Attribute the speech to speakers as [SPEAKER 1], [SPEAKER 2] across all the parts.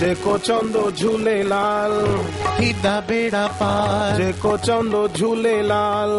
[SPEAKER 1] যেকো চন্দ ঝুলে লাল
[SPEAKER 2] থিদা বেড়া পার
[SPEAKER 1] যেকো চন্দ ঝুলে লাল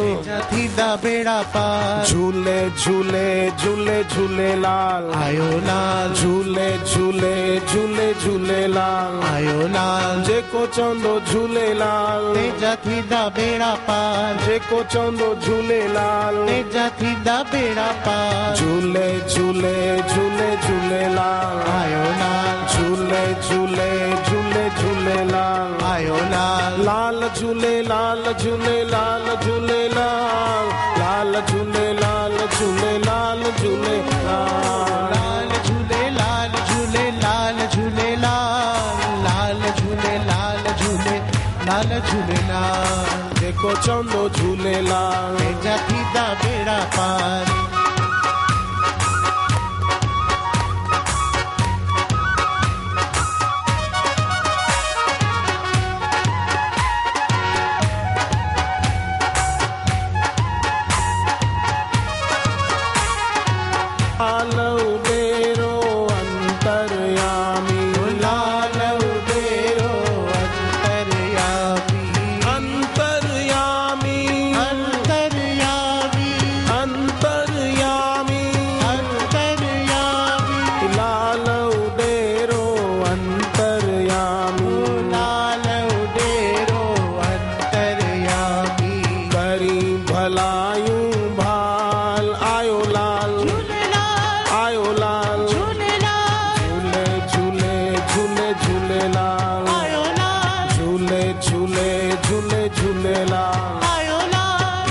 [SPEAKER 2] থিদা বেড়া পার
[SPEAKER 1] ঝুলে ঝুলে ঝুলে ঝুলে লাল
[SPEAKER 2] আয়ো লাল
[SPEAKER 1] ঝুলে ঝুলে ঝুলে ঝুলে লাল
[SPEAKER 2] আয়ো লাল
[SPEAKER 1] যেকো চন্দ ঝুলে লাল
[SPEAKER 2] তেজা থিদা বেড়া পার
[SPEAKER 1] যেকো চন্দ ঝুলে লাল
[SPEAKER 2] তেজা থিদা বেড়া পার
[SPEAKER 1] ঝুলে ঝুলে ঝুলে ঝুলে লাল
[SPEAKER 2] আয়ো লাল
[SPEAKER 1] ঝুলে ঝুলে ঝুলে ঝুলে লাল
[SPEAKER 2] আয়ো লাল
[SPEAKER 1] লাল ঝুলে লাল ঝুলে লাল ঝুলে লাল লাল ঝুলে লাল ঝুলে লাল ঝুলে লাল
[SPEAKER 2] লাল ঝুলে লাল ঝুলে লাল ঝুলে লাল লাল ঝুলে লাল ঝুলে লাল ঝুলে লাল
[SPEAKER 1] দেখো চন্দ ঝুলে লাল
[SPEAKER 2] তেজা থিদা বেড়া পার
[SPEAKER 1] লাল উবেরো অন্তর্যামি
[SPEAKER 2] লাল উদেরো অন্তর্যামী
[SPEAKER 1] অন্তর্যামি
[SPEAKER 2] অন্তর্যামী
[SPEAKER 1] অন্তর্যামি
[SPEAKER 2] অন্তর্যামী
[SPEAKER 1] লাল উবেরো অন্তর্যামি
[SPEAKER 2] লাল উদেরো অন্তর্যামী
[SPEAKER 1] করি ভলায়ু ভাল আয়ো লাল
[SPEAKER 2] ঝুলে লাল
[SPEAKER 1] আয়ো লাল
[SPEAKER 2] ঝুলে লাল
[SPEAKER 1] ঝুলে ঝুলে ঝুলে ঝুলে লাল
[SPEAKER 2] আয়ো লাল
[SPEAKER 1] ঝুলে ঝুলে ঝুলে ঝুলে লাল
[SPEAKER 2] আয়ো লাল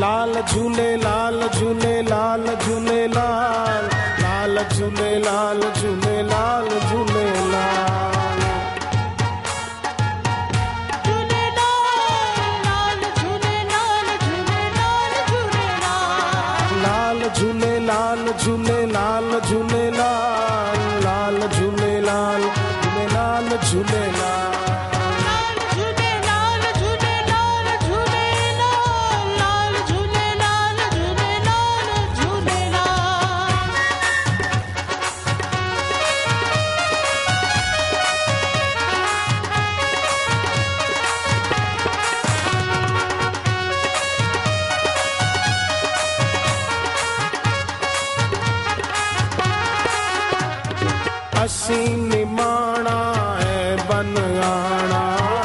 [SPEAKER 1] लाल झूले लाल झूले लाल झूले लाल लाल झूले लाल झूले लाल झूले लाल
[SPEAKER 2] ঝুলে লাল ঝুলে লাল ঝুলে লাল ঝুলে লাল
[SPEAKER 1] लाल झूले लाल झूले लाल झूले लाल लाल झूले लाल झूले लाल झूले लाल
[SPEAKER 2] লাল ঝুলে লাল ঝুলে লাল ঝুলে লাল লাল ঝুলে লাল ঝুলে লাল ঝুলে লাল
[SPEAKER 1] असी निमाणा है बन आना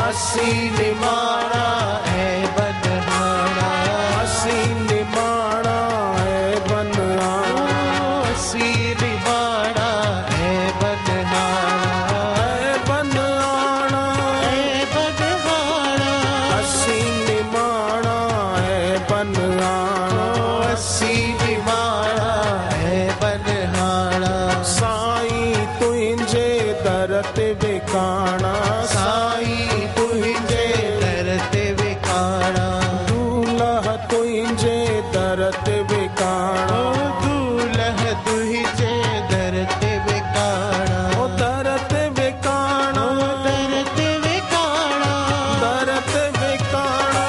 [SPEAKER 1] असी निमाणा
[SPEAKER 2] হে বনহারা
[SPEAKER 1] असी निमाणा है बन आना
[SPEAKER 2] সিরি বাড়া হে বনহারা
[SPEAKER 1] है बन आना
[SPEAKER 2] হে বনহারা
[SPEAKER 1] ਅਸੀਂ ਨਿਮਾਣਾ ਹੈ ਬਨਣਾ
[SPEAKER 2] সিরি বাড়া হে বনহারা
[SPEAKER 1] ਸਾਈਂ ਤੁੰਜੇ ਦਰ ਤੇ ਵਿਕਾਣਾ
[SPEAKER 2] সাই তুহিজে দরতে বিকারা
[SPEAKER 1] ਦੂਲਹ ਤੁੰਜੇ ਦਰ ਤੇ ਵਿਕਾਣਾ
[SPEAKER 2] ও দুলহ তুহিজে দরতে বিকারা
[SPEAKER 1] ਉਹ ਦਰ ਤੇ ਵਿਕਾਣਾ
[SPEAKER 2] দরতে বিকারা
[SPEAKER 1] ਦਰ ਤੇ ਵਿਕਾਣਾ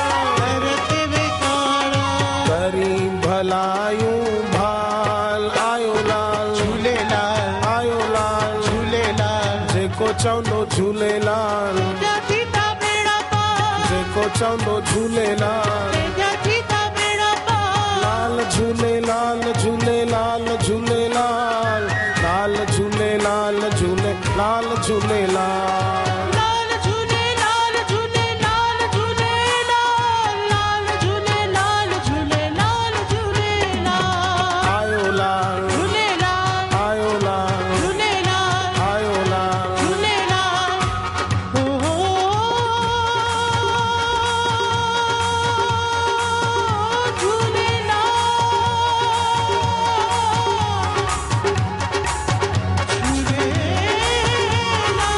[SPEAKER 2] দরতে বিকারা
[SPEAKER 1] ਕਰੀ ਭਲਾਇੂ ਭਾਲ ਆਇਓ ਲਾਲ
[SPEAKER 2] ঝুলে লাল
[SPEAKER 1] ਆਇਓ ਲਾਲ
[SPEAKER 2] ঝুলে লাল
[SPEAKER 1] ਜੇ ਕੋ ਚਾਹੁੰਦੋ ਝੂਲੇ ਲਾਲ
[SPEAKER 2] জাতিতা বেড়া পা
[SPEAKER 1] जे को चांदो झूले लाल
[SPEAKER 2] জাতিতা বেড়া পা
[SPEAKER 1] लाल झूले लाल झूले लाल झूले लाल लाल झूले लाल झूले लाल झूले लाल
[SPEAKER 2] লাল ঝুলে লাল ঝুলে লাল ঝুলে লাল লাল ঝুলে লাল ঝুলে লাল ঝুলে লাল
[SPEAKER 1] आयो लाल
[SPEAKER 2] ঝুলে লাল
[SPEAKER 1] आयो लाल
[SPEAKER 2] ঝুলে লাল
[SPEAKER 1] आयो लाल
[SPEAKER 2] ঝুলে লাল ও হো ঝুলে লাল ঝুলে লাল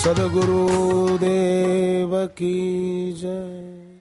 [SPEAKER 1] सदगुरुदेव की जय